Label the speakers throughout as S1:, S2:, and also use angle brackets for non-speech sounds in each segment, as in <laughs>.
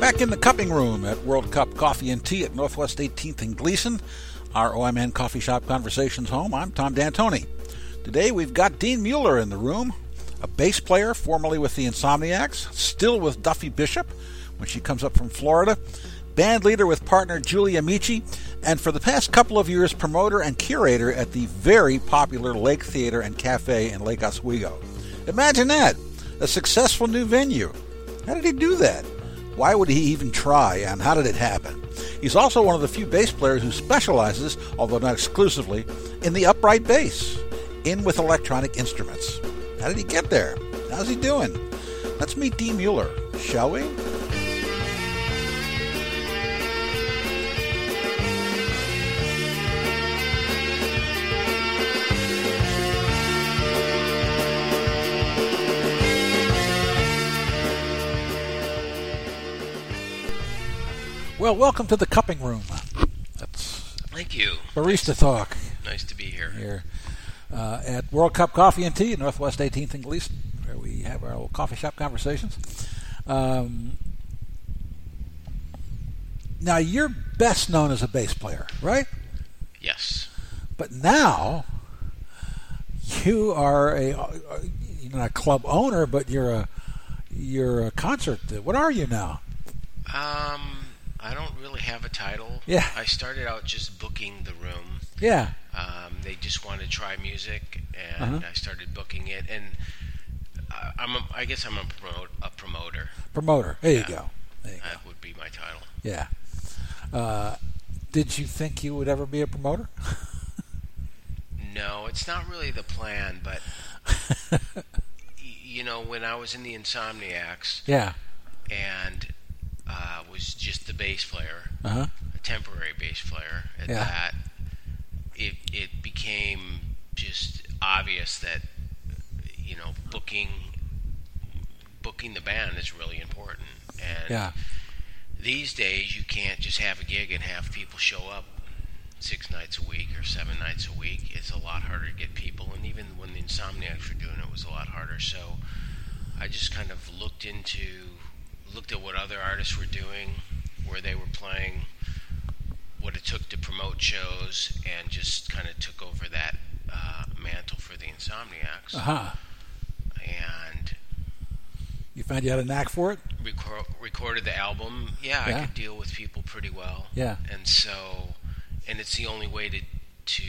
S1: Back in the cupping room at World Cup Coffee and Tea at Northwest 18th and Gleason, our OMN Coffee Shop Conversations home, I'm Tom D'Antoni. Today we've got Dean Mueller in the room, a bass player formerly with the Insomniacs, still with Duffy Bishop when she comes up from Florida, band leader with partner Julie Amici, and for the past couple of years, promoter and curator at the very popular Lake Theater and Cafe in Lake Oswego. Imagine that! A successful new venue. How did he do that? Why would he even try, and how did it happen? He's also one of the few bass players who specializes, although not exclusively, in the upright bass, in with electronic instruments. How did he get there? How's he doing? Let's meet Dean Mueller, shall we? Well, welcome to the cupping room. That's
S2: Thank you.
S1: barista talk
S2: Nice to be here.
S1: here uh, at World Cup Coffee and Tea, in Northwest 18th and Gleason, where we have our little coffee shop conversations. Um, now, you're best known as a bass player, right?
S2: Yes.
S1: But now you are a you're not a club owner, but you're a you're a concert. What are you now?
S2: Um, I don't really have a title.
S1: Yeah.
S2: I started out just booking the room.
S1: Yeah,
S2: Um, they just wanted to try music, and
S1: Uh-huh.
S2: I started booking it. And uh, I'm, a, I guess I'm a, promote, a promoter.
S1: promoter. There you
S2: Yeah.
S1: go. There you go.
S2: That would be my title.
S1: Yeah. Uh, did you think you would ever be a promoter?
S2: No, it's not really the plan,
S1: <laughs>
S2: but y- you know, when I was in the Insomniacs
S1: yeah.
S2: and uh, was just the bass player,
S1: Uh huh.
S2: a temporary bass player at
S1: Yeah.
S2: that it it became just obvious that you know booking booking the band is really important and
S1: Yeah.
S2: these days you can't just have a gig and have people show up six nights a week or seven nights a week it's a lot harder to get people and even when the insomniacs were doing it it was a lot harder so i just kind of looked into looked at what other artists were doing where they were playing what it took to promote shows and just kind of took over that uh, mantle for the insomniacs
S1: Uh huh.
S2: and
S1: You found you had a knack for it?
S2: recor- recorded the album. Yeah,
S1: Yeah.
S2: I could deal with people pretty well.
S1: Yeah.
S2: And so, and it's the only way to to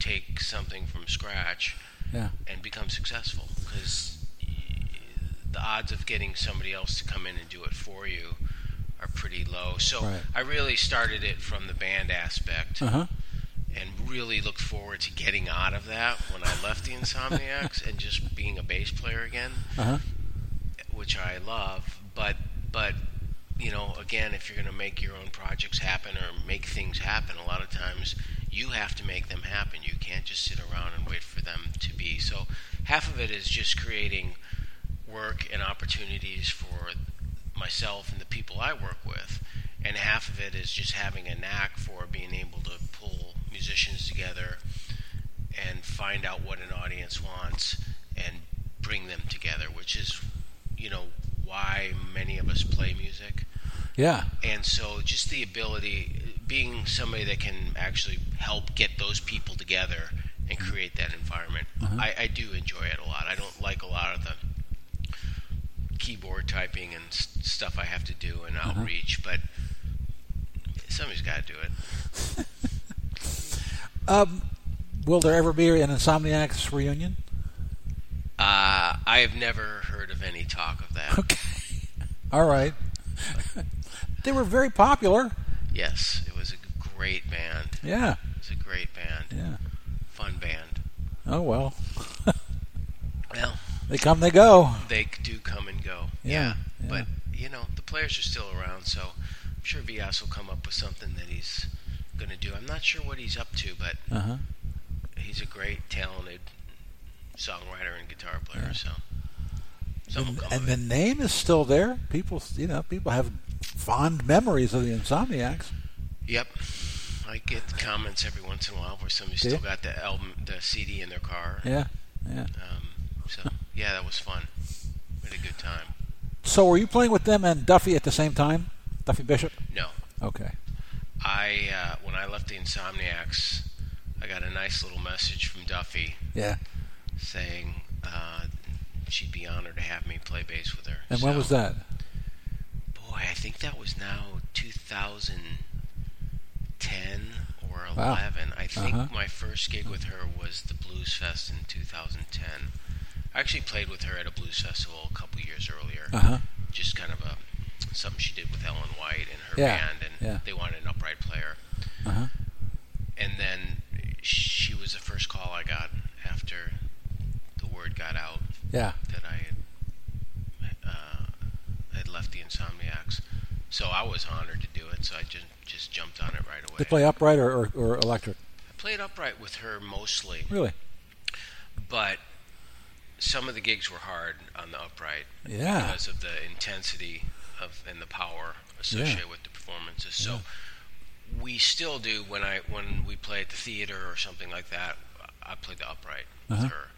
S2: take something from scratch
S1: Yeah.
S2: and become successful because the odds of getting somebody else to come in and do it for you are pretty low. So
S1: Right.
S2: I really started it from the band aspect
S1: Uh huh.
S2: and really looked forward to getting out of that when I left the Insomniacs and just being a bass player again
S1: Uh huh.
S2: which I love, but but you know, again, if you're going to make your own projects happen or make things happen, a lot of times you have to make them happen. You can't just sit around and wait for them to be. So half of it is just creating work and opportunities for myself and the people I work with, and half of it is just having a knack for being able to pull musicians together and find out what an audience wants and bring them together, which is, you know, why many of us play music.
S1: Yeah.
S2: And so just the ability, being somebody that can actually help get those people together and create that environment, I, I do enjoy it a lot. I don't like a lot of the keyboard typing and s- stuff I have to do and outreach, but somebody's got to do it.
S1: Um, will there ever be an Insomniacs reunion?
S2: Uh, I have never heard of any talk of that.
S1: Okay. <laughs> All right. they were very popular.
S2: Yes, it was a great band.
S1: Yeah.
S2: It was a great band,
S1: Yeah.
S2: fun band.
S1: Oh, well.
S2: Well,
S1: They come, they go.
S2: they do come and go.
S1: Yeah.
S2: But you know, the players are still around, so I'm sure Vias will come up with something that he's going to do. I'm not sure what he's up to, but
S1: Uh huh.
S2: he's a great, talented songwriter and guitar player.
S1: Yeah.
S2: So, something will come
S1: And
S2: of
S1: the
S2: it.
S1: name is still there. People, you know, people have fond memories of the Insomniacs.
S2: Yep. I get comments every once in a while where somebody's
S1: Do
S2: still
S1: you?
S2: got the album, the CD in their car.
S1: Yeah. Yeah.
S2: Um, so yeah, that was fun. We had a good time.
S1: So were you playing with them and Duffy at the same time? Duffy Bishop?
S2: No,
S1: Okay.
S2: I uh, when I left the Insomniacs, I got a nice little message from Duffy
S1: Yeah.
S2: saying uh, she'd be honored to have me play bass with her.
S1: And when
S2: So,
S1: was that?
S2: Boy, I think that was now 2010 or 11.
S1: Wow.
S2: I think
S1: Uh-huh.
S2: my first gig with her was the Blues Fest in 2010. I actually played with her at a blues festival a couple years earlier.
S1: Uh huh.
S2: Just kind of a something she did with Ellen White and her
S1: Yeah,
S2: band, and
S1: yeah.
S2: they wanted an upright player.
S1: Uh huh.
S2: and then she was the first call I got after the word got out
S1: Yeah.
S2: that I had, uh, had left the Insomniacs. So I was honored to do it. So I just just jumped on it right away.
S1: They play upright or, or, or electric?
S2: I played upright with her mostly,
S1: Really?
S2: but some of the gigs were hard on the upright
S1: Yeah.
S2: because of the intensity of and the power associated with the performances. So we still do when I when we play at the theater or something like that. I play the upright
S1: Uh-huh.
S2: with her,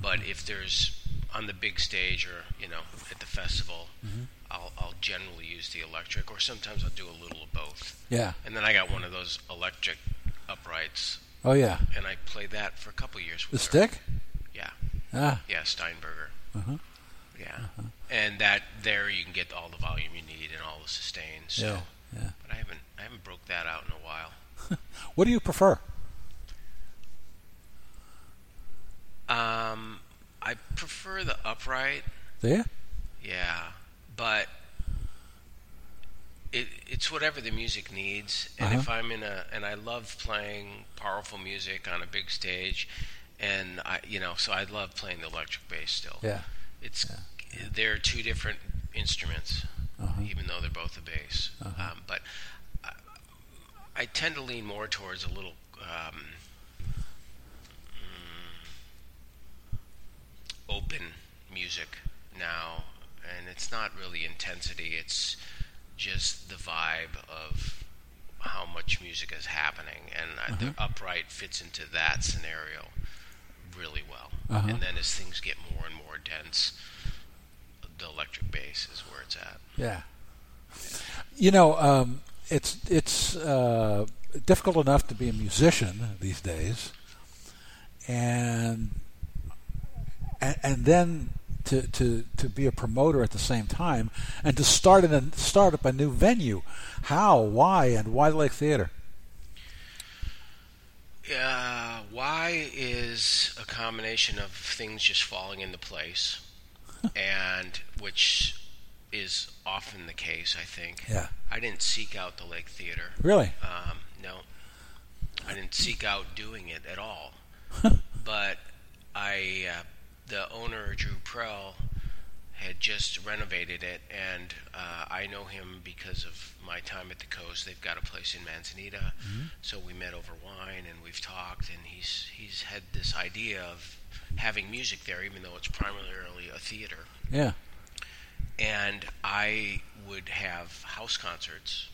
S2: but if there's on the big stage or you know at the festival,
S1: Mm-hmm.
S2: I'll I'll generally use the electric or sometimes I'll do a little of both.
S1: Yeah.
S2: And then I got one of those electric uprights
S1: Oh yeah.
S2: and I played that for a couple years.
S1: The
S2: With her.
S1: stick?
S2: Yeah.
S1: Ah.
S2: Yeah, Steinberger.
S1: Uh-huh.
S2: Yeah, and that there you can get all the volume you need and all the sustain. So,
S1: Yeah. Yeah.
S2: but I haven't I haven't broke that out in a while.
S1: What do you prefer?
S2: Um, I prefer the upright.
S1: Do you?
S2: Yeah, but it it's whatever the music needs. And if
S1: Uh-huh.
S2: I'm in a and I love playing powerful music on a big stage, and I you know so I love playing the electric bass still.
S1: Yeah.
S2: It's they're two different instruments,
S1: Uh-huh.
S2: even though they're both a bass. Um, but I, I tend to lean more towards a little. Um, mm, Open music now, and it's not really intensity. It's just the vibe of how much music is happening, and I the
S1: Uh-huh.
S2: upright fits into that scenario really well.
S1: Uh-huh.
S2: And then as things get more and more dense, the electric bass is where it's at.
S1: Yeah. You know, um, it's it's uh, difficult enough to be a musician these days, and and, and then to, to to be a promoter at the same time, and to start in a start up a new venue. How? Why? And why Lake Theater?
S2: Uh, why is a combination of things just falling into place, and which is often the case, I think.
S1: Yeah.
S2: I didn't seek out the Lake Theater.
S1: Really?
S2: Um, no, I didn't seek out doing it at all. but I, uh, the owner Drew Prell, had just renovated it, and uh, I know him because of my time at the coast. They've got a place in Manzanita, so we met over wine and we've talked. And he's he's had this idea of having music there, even though it's primarily a theater
S1: Yeah.
S2: and I would have house concerts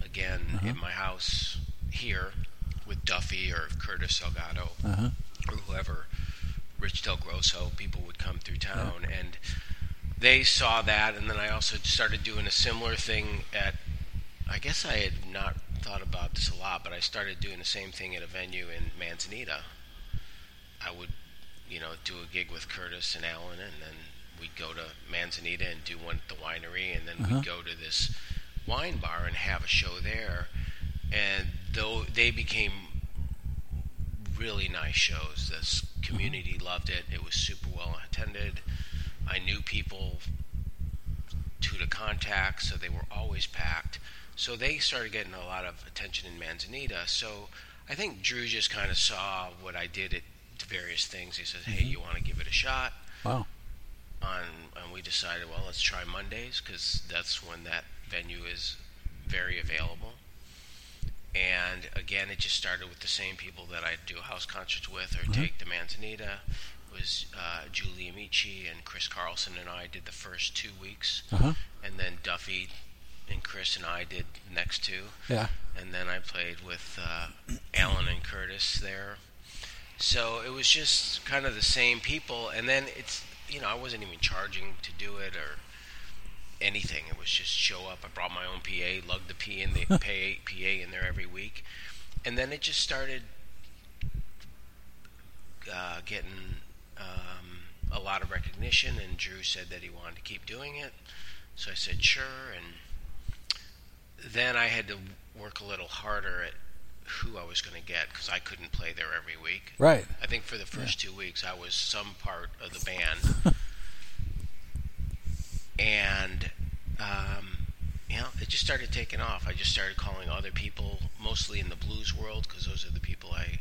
S2: again in my house here with Duffy or Curtis Salgado
S1: Uh-huh.
S2: or whoever, Rich Del Grosso. People would come through town and they saw that, and then I also started doing a similar thing at. I guess I had not thought about this a lot, but I started doing the same thing at a venue in Manzanita. I would, you know, do a gig with Curtis and Alan, and then we'd go to Manzanita and do one at the winery, and then we'd go to this wine bar and have a show there. And though they became really nice shows, this community loved it. It was super well attended. I knew people to to contact, so they were always packed. So they started getting a lot of attention in Manzanita. So I think Drew just kind of saw what I did at various things. He says, "Hey, you want to give it a shot?"
S1: Wow.
S2: On and we decided, well, let's try Mondays because that's when that venue is very available. And again, it just started with the same people that I do house concerts with or take to Manzanita. It was uh, Julie Amici and Chris Carlson and I did the first two weeks
S1: Uh huh.
S2: and then Duffy and Chris and I did next two,
S1: Yeah.
S2: and then I played with uh, Alan and Curtis there. So it was just kind of the same people, and then it's you know I wasn't even charging to do it or anything. It was just show up. I brought my own PA, lugged the PA in the pay, PA in there every week, and then it just started uh, getting um, a lot of recognition. And Drew said that he wanted to keep doing it, so I said sure. And then I had to work a little harder at who I was going to get because I couldn't play there every week.
S1: Right.
S2: I think for the first two weeks I was some part of the band, and um, you know it just started taking off. I just started calling other people, mostly in the blues world, because those are the people I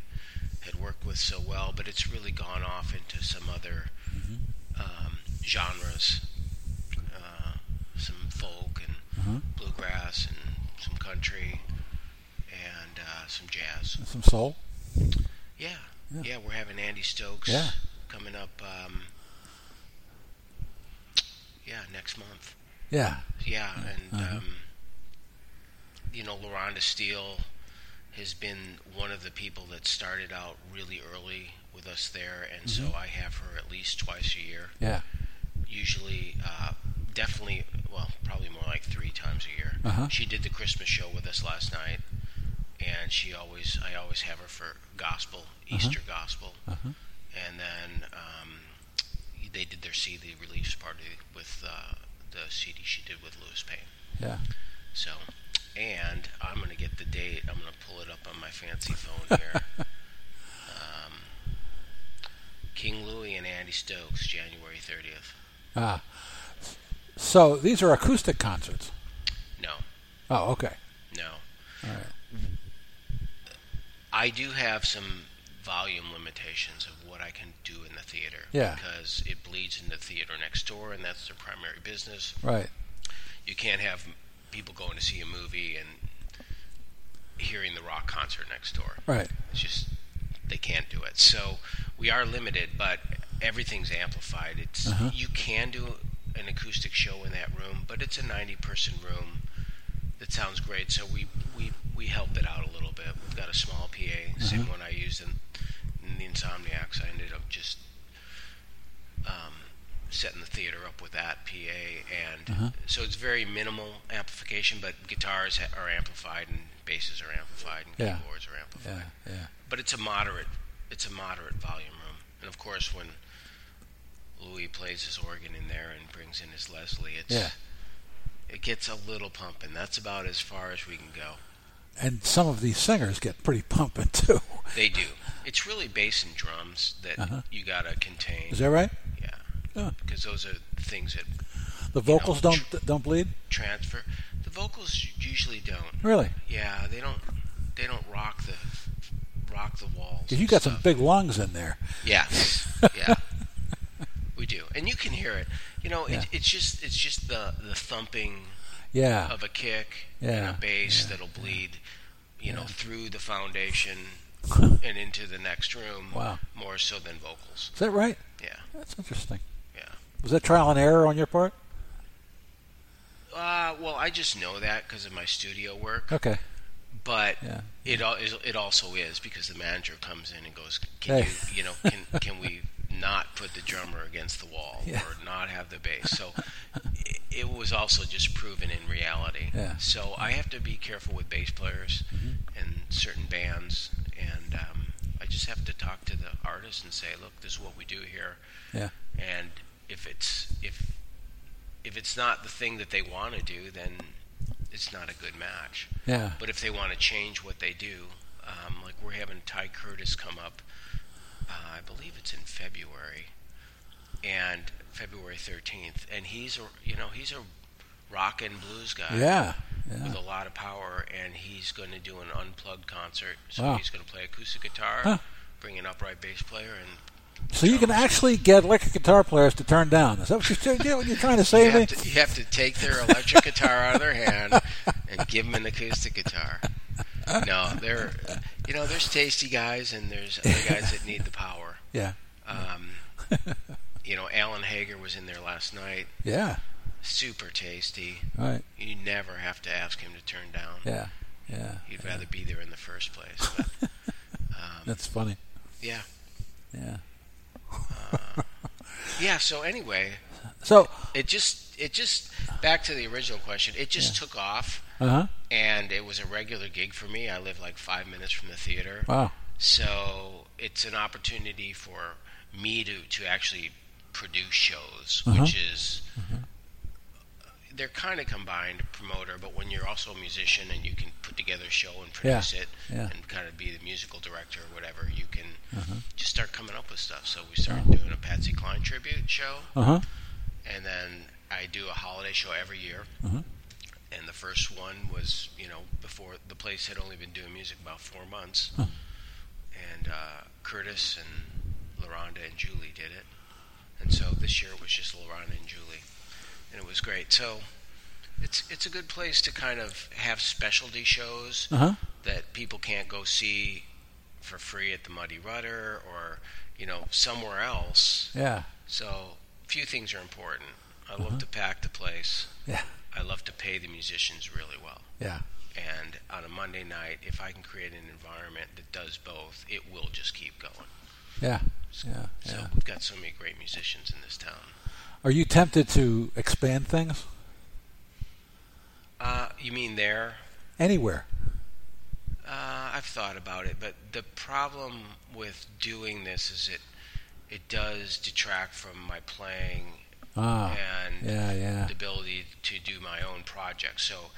S2: had worked with so well. But it's really gone off into some other um, genres, uh, some folk and bluegrass and some country and uh, some jazz.
S1: Some soul.
S2: Yeah.
S1: Yeah.
S2: yeah. we're having Andy Stokes
S1: Yeah.
S2: coming up um, yeah, next month.
S1: Yeah.
S2: Yeah, and
S1: Uh-huh.
S2: um, you know, LaRonda Steele has been one of the people that started out really early with us there and
S1: Mm-hmm.
S2: so I have her at least twice a year.
S1: Yeah.
S2: Usually uh, definitely well, probably more like three times a year.
S1: Uh-huh.
S2: She did the Christmas show with us last night and she always I always have her for gospel, Easter gospel
S1: Uh-huh.
S2: and then um, they did their CD release party with uh, the CD she did with Lewis Payne.
S1: Yeah.
S2: So, and I'm gonna get the date. I'm gonna pull it up on my fancy phone here.
S1: <laughs>
S2: um, King Louie and Andy Stokes, January 30th.
S1: Ah. So these are acoustic concerts.
S2: No,
S1: Oh, okay.
S2: no.
S1: All right.
S2: I do have some volume limitations of what I can do in the theater.
S1: Yeah.
S2: Because it bleeds into theater next door, and that's their primary business.
S1: Right.
S2: you can't have people going to see a movie and hearing the rock concert next door.
S1: Right.
S2: It's just they can't do it. So we are limited, but everything's amplified. It's
S1: Uh-huh.
S2: you can do an acoustic show in that room, but it's a 90 person room. That sounds great. So we we we help it out a little bit. We've got a small PA, same
S1: Uh-huh.
S2: one I used in, in the Insomniacs. I ended up just um, setting the theater up with that PA, and
S1: Uh-huh.
S2: so it's very minimal amplification. But guitars ha- are amplified, and basses are amplified, and
S1: Yeah.
S2: keyboards are amplified
S1: Yeah. Yeah.
S2: but it's a moderate it's a moderate volume room and of course when louis plays his organ in there and brings in his leslie it's
S1: Yeah.
S2: it gets a little pumping that's about as far as we can go
S1: And some of these singers get pretty pumping <laughs> too.
S2: they do it's really bass and drums that you gotta contain
S1: Uh-huh. Is that right?
S2: yeah
S1: Yeah.
S2: because those are things that
S1: The vocals don't don't bleed.
S2: transfer the vocals usually don't
S1: Really?
S2: yeah they don't they don't rock the rock the walls
S1: 'Cause you
S2: and
S1: got
S2: stuff.
S1: some big lungs in there. <laughs>
S2: Yeah, yeah, we do, and you can hear it. You know, it,
S1: Yeah.
S2: it's just it's just the the thumping
S1: Yeah.
S2: of a kick
S1: Yeah,
S2: and a bass
S1: yeah,
S2: that'll bleed, you know, through the foundation
S1: <laughs> Is
S2: and into the next room.
S1: Wow.
S2: more so than vocals.
S1: that right?
S2: Yeah,
S1: That's interesting.
S2: yeah.
S1: Was that trial and error on your part?
S2: Uh, well, I just know that because of my studio work,
S1: Okay.
S2: but
S1: Yeah.
S2: it al- is- it also is because the manager comes in and goes, "Can
S1: Hey.
S2: you, you know, can can we not put the drummer against the wall
S1: <laughs> Yeah.
S2: or not have the bass?" So it, it was also just proven in reality.
S1: Yeah. Mm-hmm.
S2: So I have to be careful with bass players and certain bands, and um, I just have to talk to the artist and say, "Look, this is what we do here."
S1: Yeah.
S2: and if it's if if it's not the thing that they want to do, then it's not a good match.
S1: Yeah.
S2: But if they want to change what they do, um, like we're having Ty Curtis come up, uh, I believe it's in February, and February thirteenth, and he's a you know he's a rock and blues guy
S1: Yeah.
S2: with
S1: Yeah.
S2: a lot of power, and he's going to do an unplugged concert. So
S1: Wow.
S2: he's going to play acoustic guitar,
S1: Huh.
S2: bring an upright bass player, and
S1: So you can actually get electric guitar players to turn down. Is that what you're, you know, what you're trying to say
S2: You
S1: to me?
S2: have, to, you have to take their electric guitar out of their hand and give them an acoustic guitar. No, they're you know there's tasty guys and there's other guys that need the power.
S1: Yeah.
S2: Um, you know, Alan Hager was in there last night.
S1: Yeah.
S2: Super tasty.
S1: Right.
S2: You never have to ask him to turn down.
S1: Yeah. Yeah.
S2: He'd rather be there in the first place. But, um,
S1: That's funny.
S2: yeah,
S1: Yeah.
S2: yeah. So anyway,
S1: So
S2: it just it just back to the original question. It just took off,
S1: Uh huh.
S2: and it was a regular gig for me. I live like five minutes from the theater,
S1: Wow.
S2: so it's an opportunity for me to to actually produce shows,
S1: Uh-huh.
S2: which is. They're kind of combined promoter, but when you're also a musician and you can put together a show and produce it
S1: yeah. Uh-huh.
S2: and kind of be the musical director or whatever, you can just start coming up with stuff. So we started doing a Patsy Cline tribute show
S1: Uh huh.
S2: and then I do a holiday show every year.
S1: Mhm.
S2: And the first one was, you know, before the place had only been doing music about four months,
S1: Huh.
S2: and uh, Curtis and Laronda and Julie did it. And so this year it was just Laronda and Julie, and it was great. So it's it's a good place to kind of have specialty shows
S1: Uh huh.
S2: that people can't go see for free at the Muddy Rudder or you know somewhere else.
S1: Yeah.
S2: So few things are important. I love to pack the place.
S1: Mm-hmm. Yeah.
S2: I love to pay the musicians really well.
S1: Yeah.
S2: And on a Monday night, if I can create an environment that does both, it will just keep going.
S1: Yeah.
S2: So,
S1: Yeah.
S2: so
S1: Yeah.
S2: we've got so many great musicians in this town.
S1: Are you tempted to expand things
S2: Uh, you mean there?
S1: anywhere?
S2: Uh, I've thought about it, but the problem with doing this is it it does detract from my playing
S1: Ah.
S2: and
S1: Yeah. Yeah.
S2: the ability to do my own project. So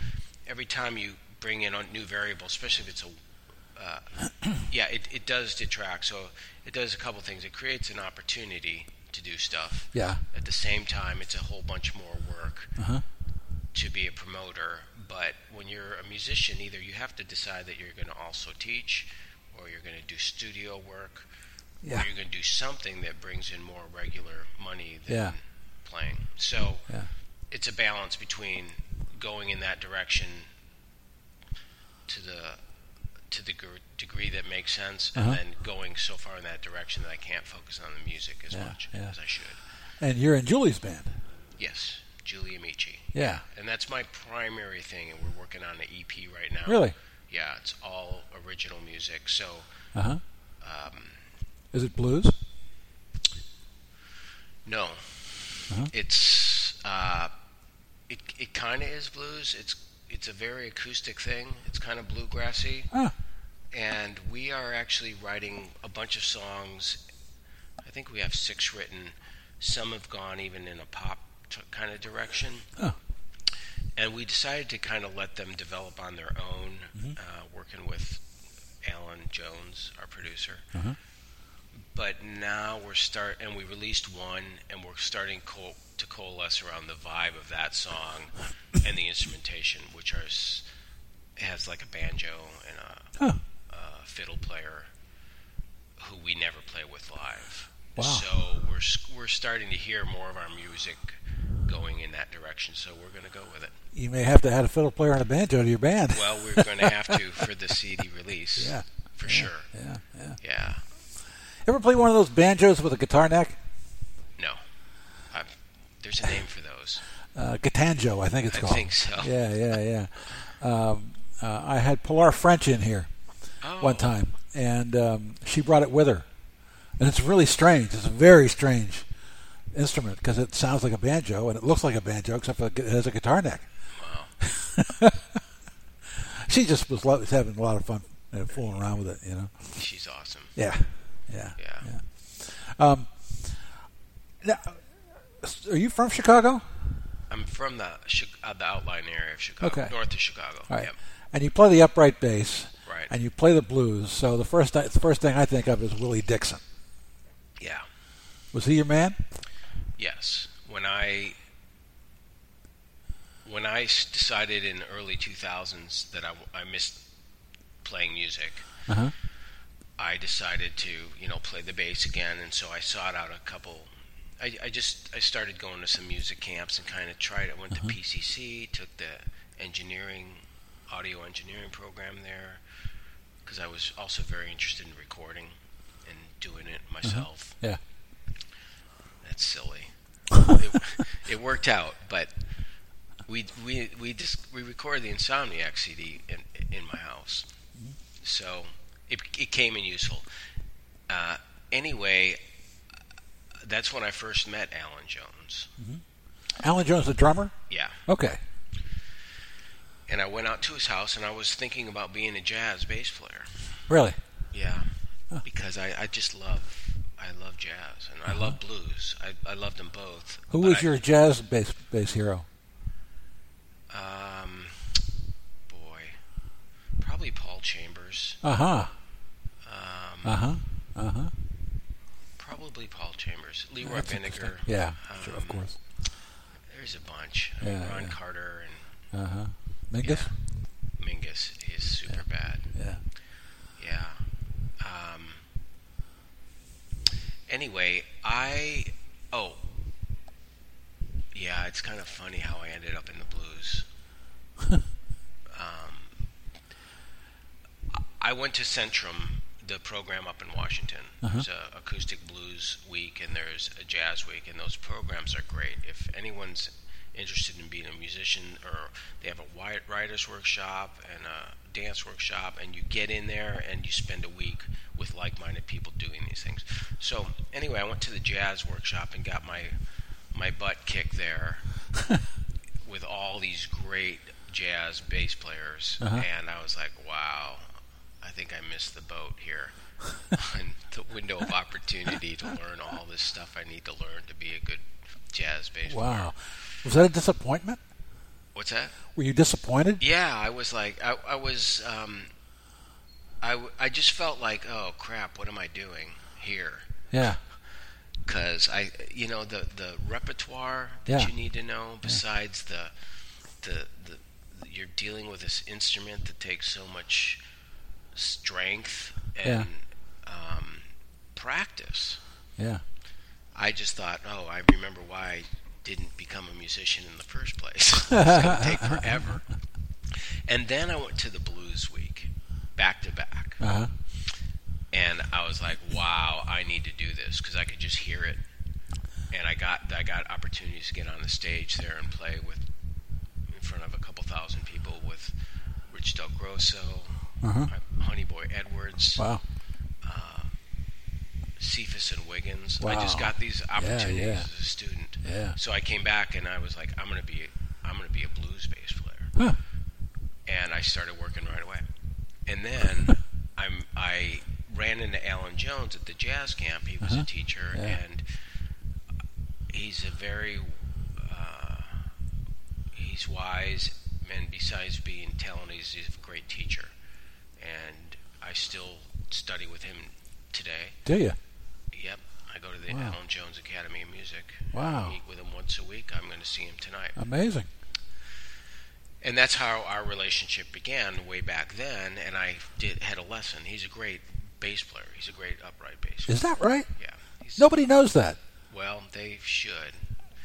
S2: every time you bring in a new variable, especially if it's a uh, <coughs> yeah, it, it does detract. So it does a couple things. It creates an opportunity to do stuff.
S1: Yeah.
S2: At the same time, it's a whole bunch more work
S1: Uh-huh.
S2: to be a promoter. But when you're a musician, either you have to decide that you're going to also teach, or you're going to do studio work,
S1: Yeah.
S2: or you're going to do something that brings in more regular money than
S1: Yeah.
S2: playing. So
S1: Yeah.
S2: it's a balance between going in that direction to the to the gr- degree that makes sense, and
S1: Uh-huh.
S2: then going so far in that direction that I can't focus on the music as
S1: Yeah,
S2: much
S1: yeah.
S2: as I should.
S1: And you're in Julie's band.
S2: Yes, Julie Amici,
S1: Yeah.
S2: and that's my primary thing, and we're working on an EP right now.
S1: Really?
S2: Yeah, it's all original music. So
S1: Uh huh.
S2: um,
S1: Is it blues?
S2: No.
S1: Uh-huh.
S2: It's uh, it it kind of is blues. It's it's a very acoustic thing. It's kind of bluegrassy.
S1: Ah.
S2: And we are actually writing a bunch of songs. I think we have six written. Some have gone even in a pop t- kind of direction.
S1: Oh.
S2: And we decided to kind of let them develop on their own,
S1: Mm-hmm.
S2: uh, working with Alan Jones, our producer.
S1: Uh-huh.
S2: But now we're start, and we released one, and we're starting co- to coalesce around the vibe of that song and the instrumentation, which are s- has like a banjo and a
S1: Huh.
S2: uh, fiddle player who we never play with live.
S1: Wow.
S2: So we're s- we're starting to hear more of our music going in that direction. So we're going to go with it.
S1: You may have to add a fiddle player and a banjo to your band.
S2: Well, we're going to have to for the CD release.
S1: Yeah.
S2: For sure.
S1: Yeah. Yeah.
S2: Yeah.
S1: <laughs> Ever play one of those banjos with a guitar neck?
S2: No. I've, there's a name for those.
S1: Uh, Gatanjo, I think it's
S2: I
S1: called.
S2: think so.
S1: Yeah, yeah, yeah. Um, uh, I had Pilar French in here
S2: Oh.
S1: one time, and um, she brought it with her. And it's really strange. It's a very strange instrument because it sounds like a banjo and it looks like a banjo, except for it has a guitar neck. <laughs>
S2: Wow.
S1: She just was, lo- was having a lot of fun you know, fooling around with it, you know.
S2: She's awesome.
S1: Yeah, yeah.
S2: Yeah.
S1: Um, now, are you from Chicago?
S2: I'm from the Chi- uh, the outline area of Chicago,
S1: Okay.
S2: north of Chicago.
S1: All right.
S2: Yep.
S1: And you play the upright bass.
S2: Right.
S1: and you play the blues. So the first the first thing I think of is Willie Dixon.
S2: yeah.
S1: Was he your man?
S2: Yes. When I when I s- decided in early 2000s that I, w- I missed playing music,
S1: Uh-huh.
S2: I decided to you know play the bass again, and so I sought out a couple. I, I just I started going to some music camps and kind of tried. it. I went
S1: Uh-huh.
S2: to PCC, took the engineering, audio engineering program there, because I was also very interested in recording and doing it myself.
S1: Uh-huh. Yeah.
S2: That's silly. it, <laughs> it worked out, but we we we just we recorded the Insomniac CD in in my house, so it it came in useful. Uh, anyway, that's when I first met Alan Jones,
S1: Alan Jones, the drummer.
S2: Yeah.
S1: Okay.
S2: And I went out to his house, and I was thinking about being a jazz bass player.
S1: Really?
S2: Yeah, because I, I just love I love jazz and I love blues. I I love them both.
S1: Who
S2: but
S1: was
S2: I-
S1: your jazz bass bass hero?
S2: um boy? Probably Paul Chambers.
S1: Uh huh.
S2: Um,
S1: Uh huh. Uh huh.
S2: probably Paul Chambers. Leroy
S1: That's interesting.
S2: Vinegar.
S1: Yeah. Sure, of
S2: Um,
S1: course.
S2: There's a bunch. I mean,
S1: Yeah,
S2: Ron
S1: yeah.
S2: Carter and
S1: Uh huh. Mingus.
S2: Mingus is super bad.
S1: Yeah.
S2: Yeah. Um, anyway, I. Oh. Yeah, it's kind of funny how I ended up in the blues. um, I I went to Centrum, the program up in Washington. There's a acoustic blues week and there's a jazz week, and those programs are great. If anyone's interested in being a musician, or they have a wi- writers workshop and a dance workshop, and you get in there and you spend a week with like-minded people doing these things. So anyway, I went to the jazz workshop and got my my butt kicked there with all these great jazz bass players,
S1: Uh-huh.
S2: and I was like, wow, I think I missed the boat here. and the window of opportunity to learn all this stuff I need to learn to be a good jazz bass player.
S1: Wow. Was that a disappointment?
S2: What's that?
S1: Were you disappointed?
S2: Yeah, I was like, I, I was, um, I, w- I just felt like, oh crap, what am I doing here?
S1: Yeah.
S2: Because I, you know, the the repertoire
S1: Yeah.
S2: that you need to know, besides the, the, the, you're dealing with this instrument that takes so much strength and um, practice.
S1: Yeah.
S2: I just thought, oh, I remember why I didn't become a musician in the first place. <laughs> it's gonna
S1: <laughs>
S2: take forever. And then I went to the Blues Week, back to back,
S1: Uh huh.
S2: and I was like, wow, I need to do this because I could just hear it. And I got I got opportunities to get on the stage there and play with in front of a couple thousand people with Rich Del Grosso,
S1: Uh huh.
S2: Honey Boy Edwards,
S1: Wow.
S2: uh, Cephas and Wiggins. I
S1: Wow.
S2: just got these opportunities
S1: yeah.
S2: as a student.
S1: Yeah.
S2: So I came back and I was like, I'm gonna be, I'm gonna be a blues bass player.
S1: Huh.
S2: And I started working right away. And
S1: <laughs>
S2: then I'm, I ran into Alan Jones at the jazz camp. He was
S1: Uh-huh.
S2: a teacher,
S1: Yeah.
S2: and he's a very, uh, he's wise, and besides being talented, he's a great teacher. And I still study with him today.
S1: Do you?
S2: Yep. I go to the
S1: Wow.
S2: Alan Jones Academy of Music.
S1: Wow.
S2: I meet with him once a week. I'm going to see him tonight.
S1: Amazing.
S2: And that's how our relationship began way back then. And I did had a lesson. He's a great bass player. He's a great upright bass.
S1: Is that right?
S2: yeah. He's,
S1: Nobody knows that.
S2: Well, they should.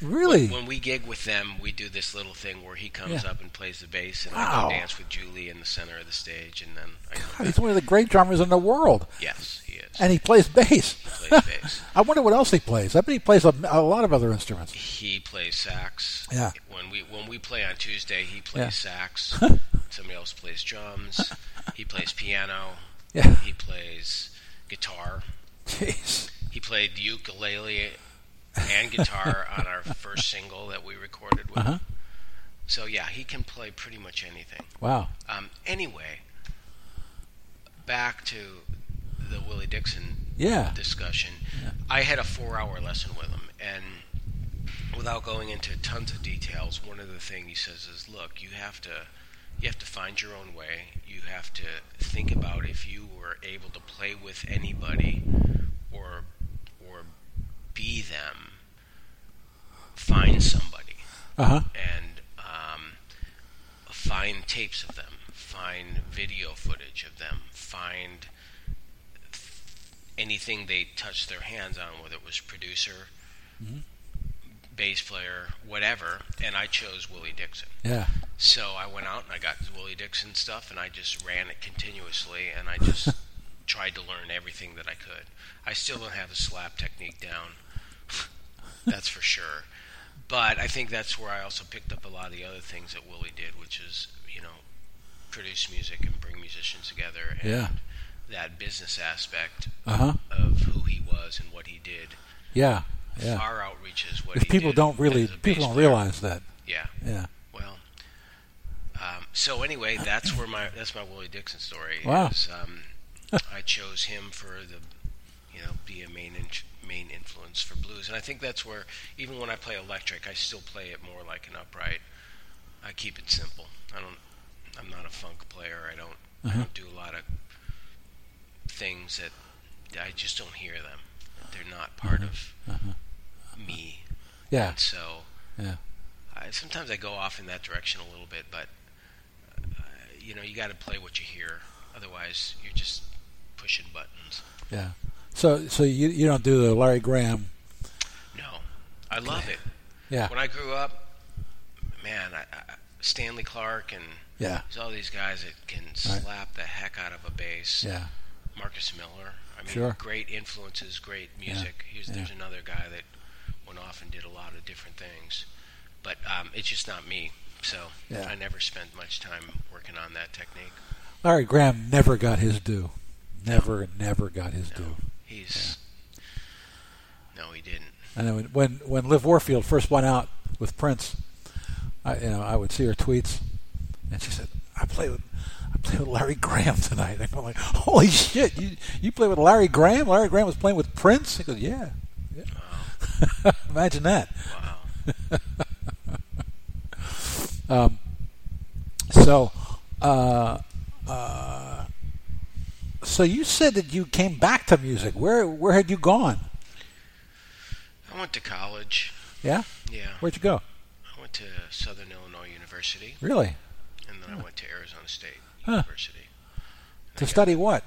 S1: Really?
S2: When we gig with them, we do this little thing where he comes
S1: Yeah.
S2: up and plays the bass, and I
S1: Wow.
S2: go dance with Julie in the center of the stage, and then I go
S1: God, he's one of the great drummers in the world,
S2: yes, he is.
S1: and he plays bass.
S2: He plays bass.
S1: <laughs> I wonder what else he plays. I bet he plays a, a lot of other instruments.
S2: he plays sax.
S1: Yeah.
S2: When we when we play on Tuesday, he plays
S1: Yeah. <laughs>
S2: sax. Somebody else plays drums. He plays
S1: <laughs>
S2: piano.
S1: <laughs> Yeah.
S2: He plays guitar.
S1: Jeez.
S2: He played ukulele and guitar on our first single that we recorded with.
S1: Uh-huh.
S2: him. So yeah, he can play pretty much anything.
S1: Wow.
S2: Um, anyway, back to the Willie Dixon
S1: Yeah.
S2: discussion. I had a four hour lesson with him, and without going into tons of details, one of the things he says is, "Look, you have to, you have to find your own way. You have to think about if you were able to play with anybody, or, or be them. Find somebody."
S1: Uh huh.
S2: and um, find tapes of them, find video footage of them, find anything they touched their hands on, whether it was producer, bass player, whatever. And I chose Willie Dixon.
S1: Yeah.
S2: So I went out and I got Willie Dixon stuff and I just ran it continuously and I
S1: <laughs>
S2: just tried to learn everything that I could. I still don't have the slap technique down. <laughs> that's for sure. But I think that's where I also picked up a lot of the other things that Willie did, which is, you know, produce music and bring musicians together and
S1: Yeah.
S2: that business aspect
S1: Uh huh.
S2: of who he was and what he did
S1: Yeah. Yeah.
S2: far outreaches much as what
S1: Because
S2: he
S1: people
S2: did
S1: don't really
S2: as a bass
S1: people don't
S2: player.
S1: realize that.
S2: Yeah.
S1: Yeah.
S2: Well. Um, so anyway, that's where my that's my Willie Dixon story.
S1: Wow.
S2: Is, um, I chose him for the, you know, be a main in, main influence for blues, and I think that's where even when I play electric, I still play it more like an upright. I keep it simple. I don't. I'm not a funk player. I don't. I
S1: Uh-huh.
S2: don't do a lot of things that I just don't hear them. They're not
S1: Uh-huh.
S2: part of me.
S1: Yeah.
S2: And so,
S1: Yeah.
S2: I, sometimes I go off in that direction a little bit, but uh, you know, you got to play what you hear. Otherwise, you're just pushing buttons.
S1: Yeah. So so you you don't do the Larry Graham.
S2: No, I love it.
S1: Yeah.
S2: When I grew up, man, I, I, Stanley Clark and
S1: Yeah.
S2: there's all these guys that can slap the heck out of a bass.
S1: Yeah.
S2: Marcus Miller. I mean,
S1: Sure.
S2: great influences, great music. Here's,
S1: yeah.
S2: There's another guy that went off and did a lot of different things, but um, it's just not me. So
S1: Yeah.
S2: I never spent much time working on that technique.
S1: Larry Graham never got his due. Never, never got his due.
S2: He's no, he didn't.
S1: And then when when Liv Warfield first went out with Prince, I you know I would see her tweets, and she said, "I play with I play with Larry Graham tonight." <laughs> And I'm like, "Holy shit! You you play with Larry Graham? Larry Graham was playing with Prince?" He goes, "Yeah." yeah. <laughs> Imagine that.
S2: Wow.
S1: So, uh, uh, so you said that you came back to music. Where where had you gone?
S2: I went to college.
S1: Yeah,
S2: Yeah,
S1: where'd you go?
S2: I went to Southern Illinois University,
S1: Really?
S2: and then I went to Arizona State
S1: Huh.
S2: University. Uh,
S1: To study what?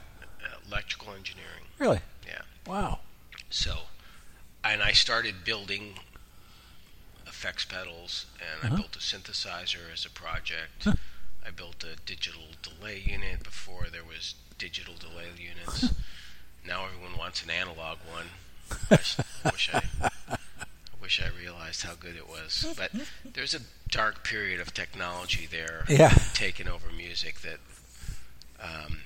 S2: Electrical engineering.
S1: Really?
S2: Yeah.
S1: Wow.
S2: So, and I started building effects pedals, and I built a synthesizer as a project. I built a digital delay unit before there was digital delay units. now everyone wants an analog one. I s- I wish I, I wish I realized how good it was. But there's a dark period of technology there
S1: Yeah.
S2: taken over music that um,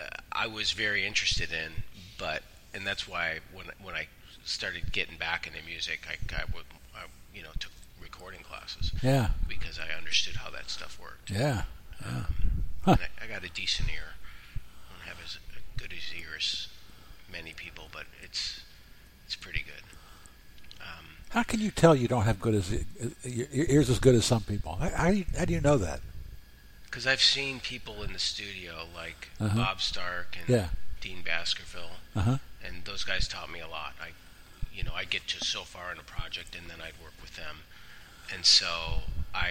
S2: uh, I was very interested in, but and that's why when when I started getting back into music, I, I, would, I you know took recording classes
S1: Yeah.
S2: because I understood how that stuff worked.
S1: Yeah.
S2: And I, I got a decent ear. I don't have as good as ear as many people, but it's it's pretty good. Um,
S1: How can you tell you don't have good as uh, your your ears as good as some people? How how do you, how do you know that?
S2: because I've seen people in the studio like
S1: Uh-huh.
S2: Bob Stark and
S1: Yeah.
S2: Dean Baskerville.
S1: Uh huh.
S2: and those guys taught me a lot. I, you know, I get to so far in a project, and then I'd work with them, and so I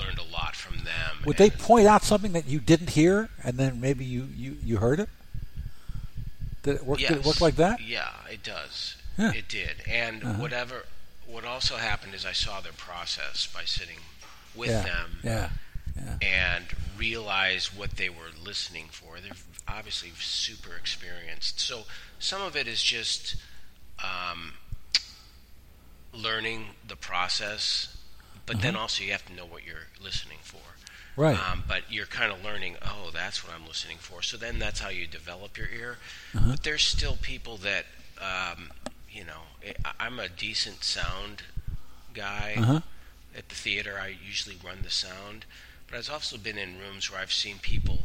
S2: learned a lot from them.
S1: Would they
S2: and-
S1: point out something that you didn't hear, and then maybe you you, you heard it? Did it work? Did it work
S2: Yes.
S1: like that?
S2: Yeah, it does.
S1: Yeah. Uh-huh.
S2: It did, and whatever. What also happened is I saw their process by sitting with
S1: yeah.
S2: them
S1: Yeah.
S2: and realized what they were listening for. They're obviously super experienced, so some of it is just um, learning the process, but then also you have to know what you're listening for.
S1: Mm-hmm. Right.
S2: Um, but you're kind of learning, oh, that's what I'm listening for. So then that's how you develop your ear.
S1: Uh-huh.
S2: But there's still people that, um, you know, I- I'm a decent sound guy.
S1: Uh-huh.
S2: At the theater, I usually run the sound. But I've also been in rooms where I've seen people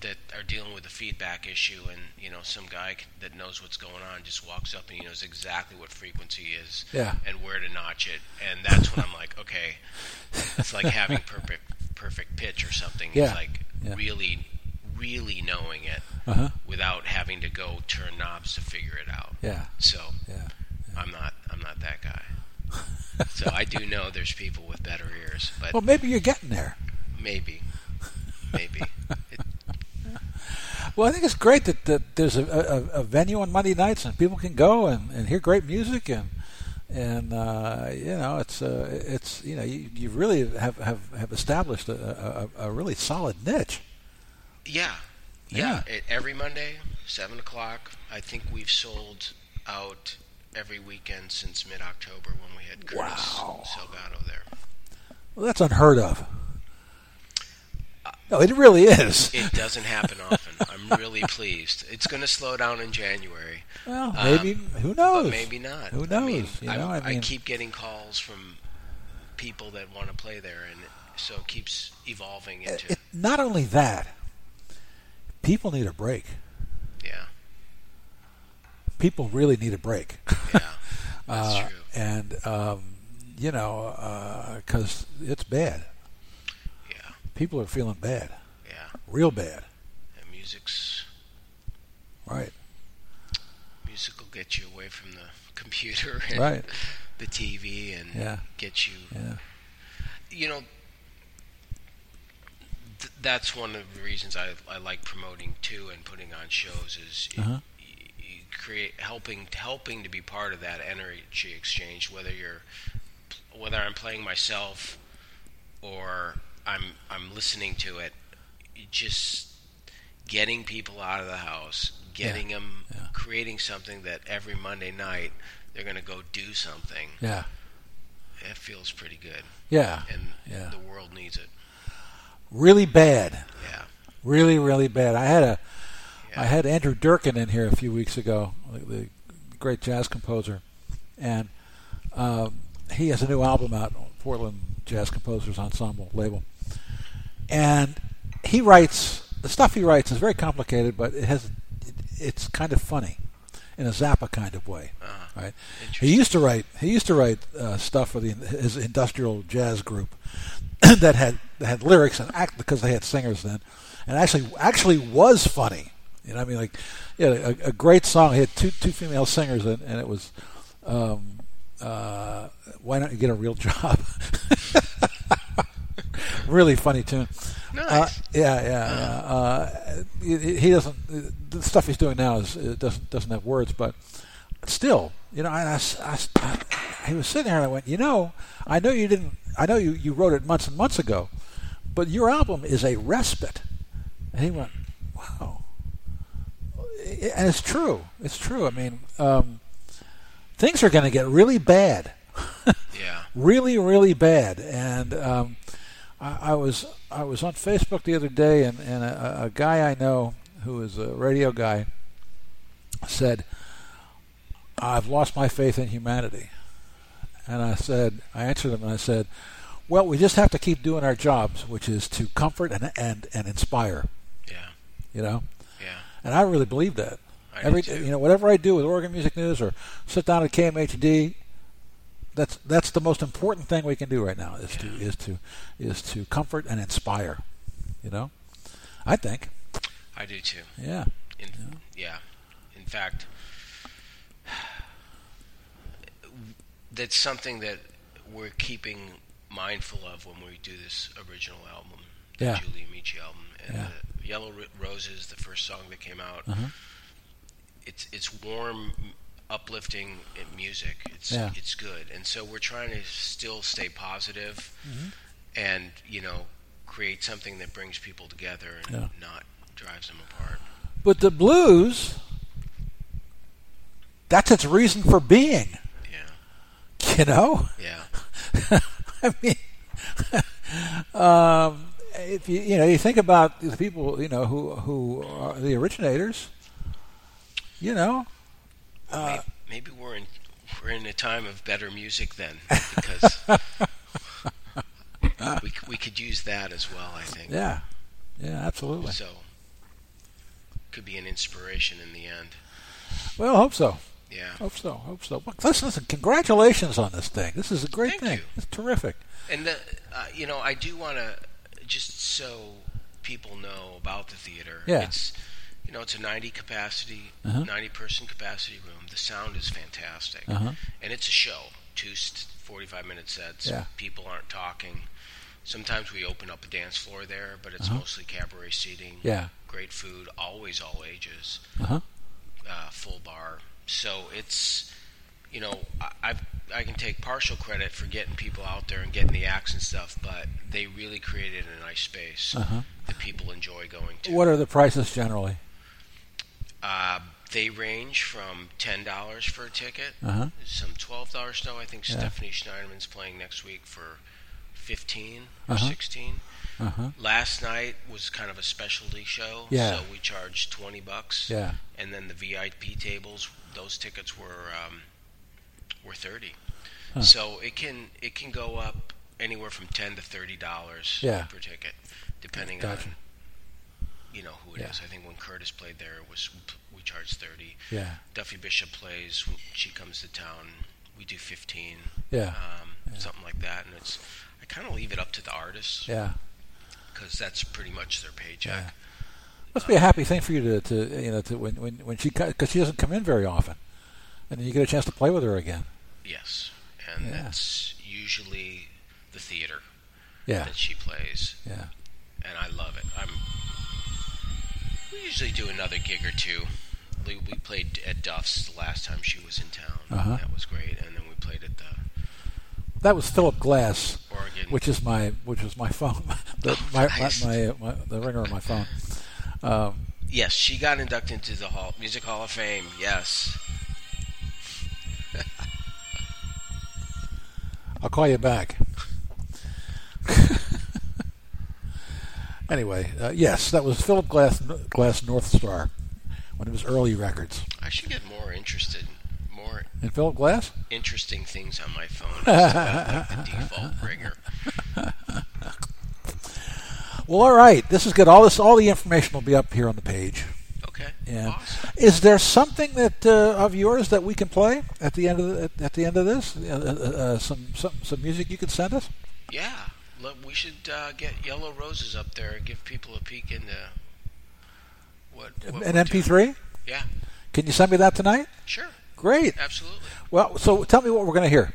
S2: that are dealing with a feedback issue, and, you know, some guy c- that knows what's going on just walks up and he knows exactly what frequency is
S1: Yeah.
S2: and where to notch it. And that's when I'm like, <laughs> okay, it's like having perfect perfect pitch or something.
S1: Yeah.
S2: It's like
S1: Yeah.
S2: really really knowing it
S1: Uh huh.
S2: without having to go turn knobs to figure it out.
S1: Yeah.
S2: So
S1: Yeah.
S2: I'm not I'm not that
S1: <laughs>
S2: guy. so I do know there's people with better ears, but
S1: Well, maybe you're getting there.
S2: maybe
S1: <laughs>
S2: maybe it,
S1: Well, I think it's great that, that there's a, a, a venue on Monday nights and people can go and, and hear great music and and uh, you know it's uh, it's you know you, you really have, have, have established a, a, a really solid niche.
S2: Yeah. Yeah.
S1: Yeah.
S2: It, every Monday, 7 o'clock. I think we've sold out every weekend since mid October when we had Curtis
S1: Wow.
S2: Salgado there.
S1: Well, that's unheard of. No, it really is.
S2: It doesn't happen often.
S1: <laughs>
S2: I'm really pleased. It's going to slow down in January.
S1: Well,
S2: Um,
S1: maybe who knows?
S2: But maybe not.
S1: Who
S2: I mean,
S1: knows? You
S2: I,
S1: know, I mean-
S2: keep getting calls from people that want to play there, and so it keeps evolving into
S1: It, not only that, people need a break. eh.
S2: yeah,
S1: People really need a break.
S2: yeah. <laughs> That's
S1: Uh,
S2: true.
S1: and um, you know, because it's bad.
S2: Yeah,
S1: People are feeling bad,
S2: yeah.
S1: real bad.
S2: And music's
S1: Right,
S2: music will get you away from the computer <laughs> and
S1: right.
S2: the TV and
S1: Yeah.
S2: get you.
S1: Yeah,
S2: You know, th- that's one of the reasons I, I like promoting too and putting on shows is y-
S1: Uh-huh.
S2: y- y- create helping helping to be part of that energy exchange. Whether you're whether I'm playing myself or I'm I'm listening to it, you just getting people out of the house, getting them
S1: Yeah.
S2: creating something that every Monday night they're going to go do something.
S1: yeah,
S2: It feels pretty good,
S1: yeah.
S2: and
S1: Yeah.
S2: the world needs it.
S1: Really bad.
S2: Yeah,
S1: Really, really bad. I had a,
S2: Yeah.
S1: I had Andrew Durkin in here a few weeks ago, the, the great jazz composer, and um, he has a new album out, Portland Jazz Composers Ensemble label, and he writes the stuff he writes is very complicated, but it has, it, it's kind of funny, in a Zappa kind of way,
S2: uh,
S1: right?
S2: interesting.
S1: He used to write. He used to write uh, stuff for the his industrial jazz group <coughs> that had that had lyrics and act because they had singers then, and actually actually was funny. You know, what I mean, like, yeah, a, a great song. He had two two female singers, and, and it was, um, uh, why don't you get a real job? <laughs> really funny tune. Uh,
S2: Nice.
S1: yeah, yeah. yeah. Uh, he, he doesn't. The stuff he's doing now is it doesn't doesn't have words, but still, you know, I, I s- I s- I- he was sitting there and I went, you know, I know you didn't. I know you you wrote it months and months ago, but your album is a respite. And he went, wow. And it's true. It's true. I mean, um, things are going to get really bad
S2: yeah,
S1: really, really bad. And um, I, I was I was on Facebook the other day, and, and a, a guy I know who is a radio guy said, "I've lost my faith in humanity." And I said, I answered him, and I said, "Well, we just have to keep doing our jobs, which is to comfort and and, and inspire."
S2: yeah,
S1: You know,
S2: yeah.
S1: and I really believe that.
S2: I do
S1: Every
S2: too.
S1: you know, whatever I do with Oregon Music News or sit down at KMHD, that's that's the most important thing we can do right now is to is to is to comfort and inspire. You know, I think.
S2: I do too.
S1: Yeah.
S2: In, yeah. In fact, that's something that we're keeping mindful of when we do this original album, the
S1: Yeah.
S2: Julie Amici album, and
S1: Yeah.
S2: the Yellow Ro- Roses, the first song that came out.
S1: Uh-huh.
S2: It's it's warm, uplifting uh, music. It's
S1: Yeah.
S2: it's good, and so we're trying to still stay positive
S1: Mm-hmm.
S2: and you know create something that brings people together and
S1: Yeah.
S2: not drives them apart.
S1: But the blues that's its reason for being, <laughs>
S2: Yeah.
S1: you know? <laughs>
S2: Yeah,
S1: I mean, <laughs> um, if you you know you think about the people you know who who are the originators, you know, Uh,
S2: May- maybe we're in we're in a time of better music then
S1: <laughs>
S2: because we c- we could use that as well. I think
S1: yeah, yeah, absolutely.
S2: so. Could be an inspiration in the end.
S1: Well, hope so,
S2: Yeah,
S1: hope so, hope so. Look, Listen, listen, congratulations on this thing. This is a great
S2: Thank
S1: thing.
S2: you.
S1: It's terrific.
S2: and the, uh, you know I do want to just so people know about the theater.
S1: Yeah.
S2: It's you know it's a 90 capacity,
S1: Uh-huh.
S2: 90 person capacity room. The sound is fantastic,
S1: Uh-huh.
S2: and it's a show. Two st- 45 minute sets.
S1: Yeah.
S2: People aren't talking. Sometimes we open up a dance floor there, but it's
S1: Uh-huh.
S2: mostly cabaret seating.
S1: Yeah.
S2: Great food, always all ages,
S1: Uh huh.
S2: uh, full bar. So it's, you know, I, I've, I can take partial credit for getting people out there and getting the acts and stuff, but they really created a nice space
S1: Uh-huh.
S2: that people enjoy going to.
S1: What are the prices generally?
S2: Uh, they range from ten dollars for a ticket,
S1: Uh huh.
S2: some twelve dollars. Though I think
S1: Yeah.
S2: Stephanie Schneiderman's playing next week for 15 or
S1: Uh-huh.
S2: 16.
S1: Uh huh.
S2: Last night was kind of a specialty show,
S1: Yeah.
S2: so we charged 20 bucks.
S1: Yeah.
S2: And then the VIP tables, those tickets were um, were 30.
S1: Huh.
S2: So it can it can go up anywhere from 10 to 30 dollars
S1: Yeah.
S2: per ticket depending
S1: Gotcha.
S2: on you know who it is.
S1: Yeah.
S2: I think when Curtis played there it was we charged 30.
S1: Yeah.
S2: Duffy Bishop plays when she comes to town, we do 15.
S1: Yeah.
S2: Um, something like that and it's I kind of leave it up to the artists
S1: Yeah.
S2: because that's pretty much their paycheck.
S1: Must be a happy thing for you to, to you know, to when when when she because she doesn't come in very often, and then you get a chance to play with her again.
S2: Yes, and
S1: Yeah.
S2: that's usually the theater
S1: Yeah.
S2: that she plays,
S1: Yeah.
S2: and I love it. I'm. We usually do another gig or two. We, we played at Duff's the last time she was in town.
S1: Uh-huh.
S2: That was great, and then we played at the
S1: That was Philip Glass.
S2: Oregon.
S1: which is my which was my phone, <laughs> the, my, my, my, my the ringer on my phone. Um,
S2: yes, she got inducted into the Hall Music Hall of Fame. Yes.
S1: I'll call you back. anyway, uh, yes, that was Philip Glass Glass North Star, one of his early records.
S2: I should get more interested, more
S1: And Philip Glass, <laughs>
S2: interesting things on my phone instead of like the default ringer.
S1: well, all right, this is good. All this all the information will be up here on the page.
S2: Okay.
S1: Yeah.
S2: Awesome.
S1: Is there something that uh, of yours that we can play at the end of the, at, at the end of this? Uh, uh, uh, some some some music you can send us.
S2: Yeah, look, we should uh, get Yellow Roses up there and give people a peek into what, what
S1: An
S2: we're doing.
S1: MP3?
S2: Yeah,
S1: Can you send me that tonight?
S2: sure,
S1: Great.
S2: absolutely.
S1: Well, so tell me what we're going to hear.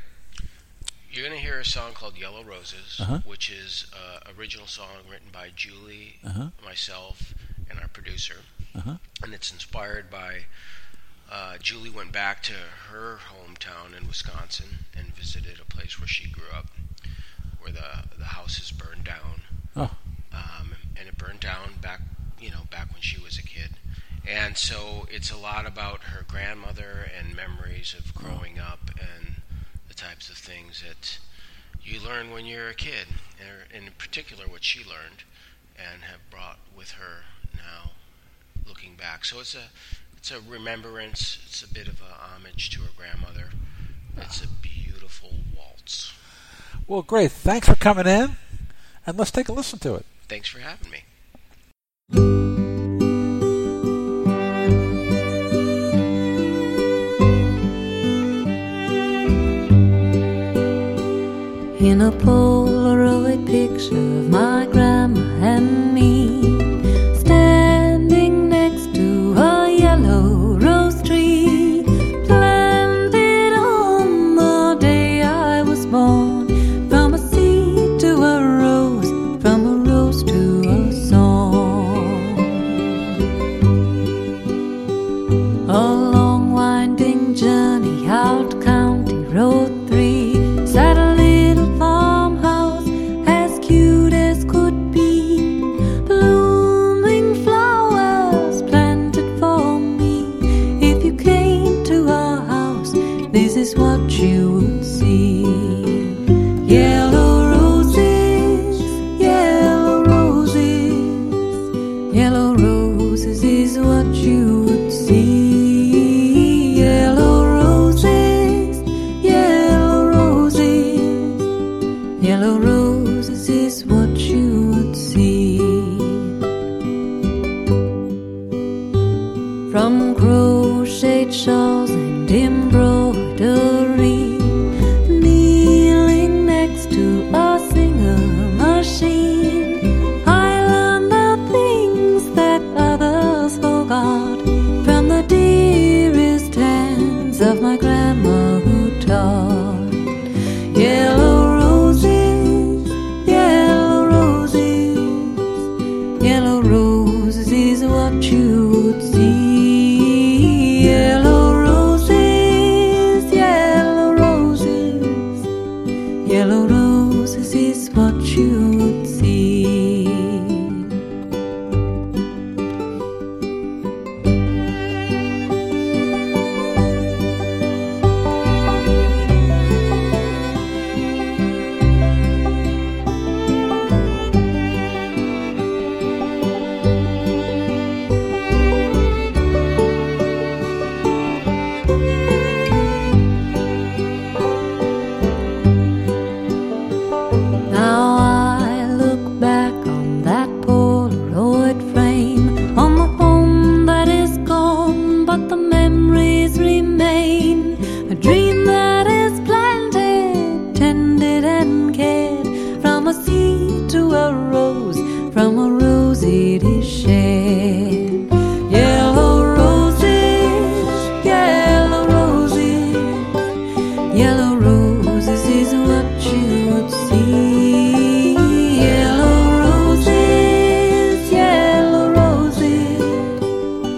S2: You're gonna hear a song called Yellow Roses,
S1: Uh-huh.
S2: which is uh, original song written by Julie,
S1: Uh-huh.
S2: myself, and our producer,
S1: Uh-huh.
S2: and it's inspired by. Uh, Julie went back to her hometown in Wisconsin and visited a place where she grew up, where the the house is burned down.
S1: Oh.
S2: um, and it burned down back, you know, back when she was a kid. And so it's a lot about her grandmother and memories of growing up and the types of things that you learn when you're a kid, and in particular what she learned and have brought with her now, looking back. So it's a it's a remembrance. It's a bit of a homage to her grandmother. It's a beautiful waltz.
S1: Well, great. Thanks for coming in, and let's take a listen to it.
S2: Thanks for having me.
S3: In a Polaroid picture of my grandma and me, standing next to a yellow rose tree, planted on the day I was born. From a seed to a rose, from a rose to a song. A long winding journey out County Road 3. Sat a little farmhouse as cute as could be. Blooming flowers planted for me. If you came to our house, this is what you would see. Yellow roses, yellow roses. Yellow roses is what you would see. Yellow roses, yellow roses. Yellow roses is what you would see. From crocheted shawls and embroidery, kneeling next to a singer machine. I learned the things that others forgot from the dearest hands of my grandma who taught. Yellow roses,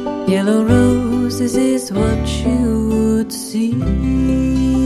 S3: roses is what you would see.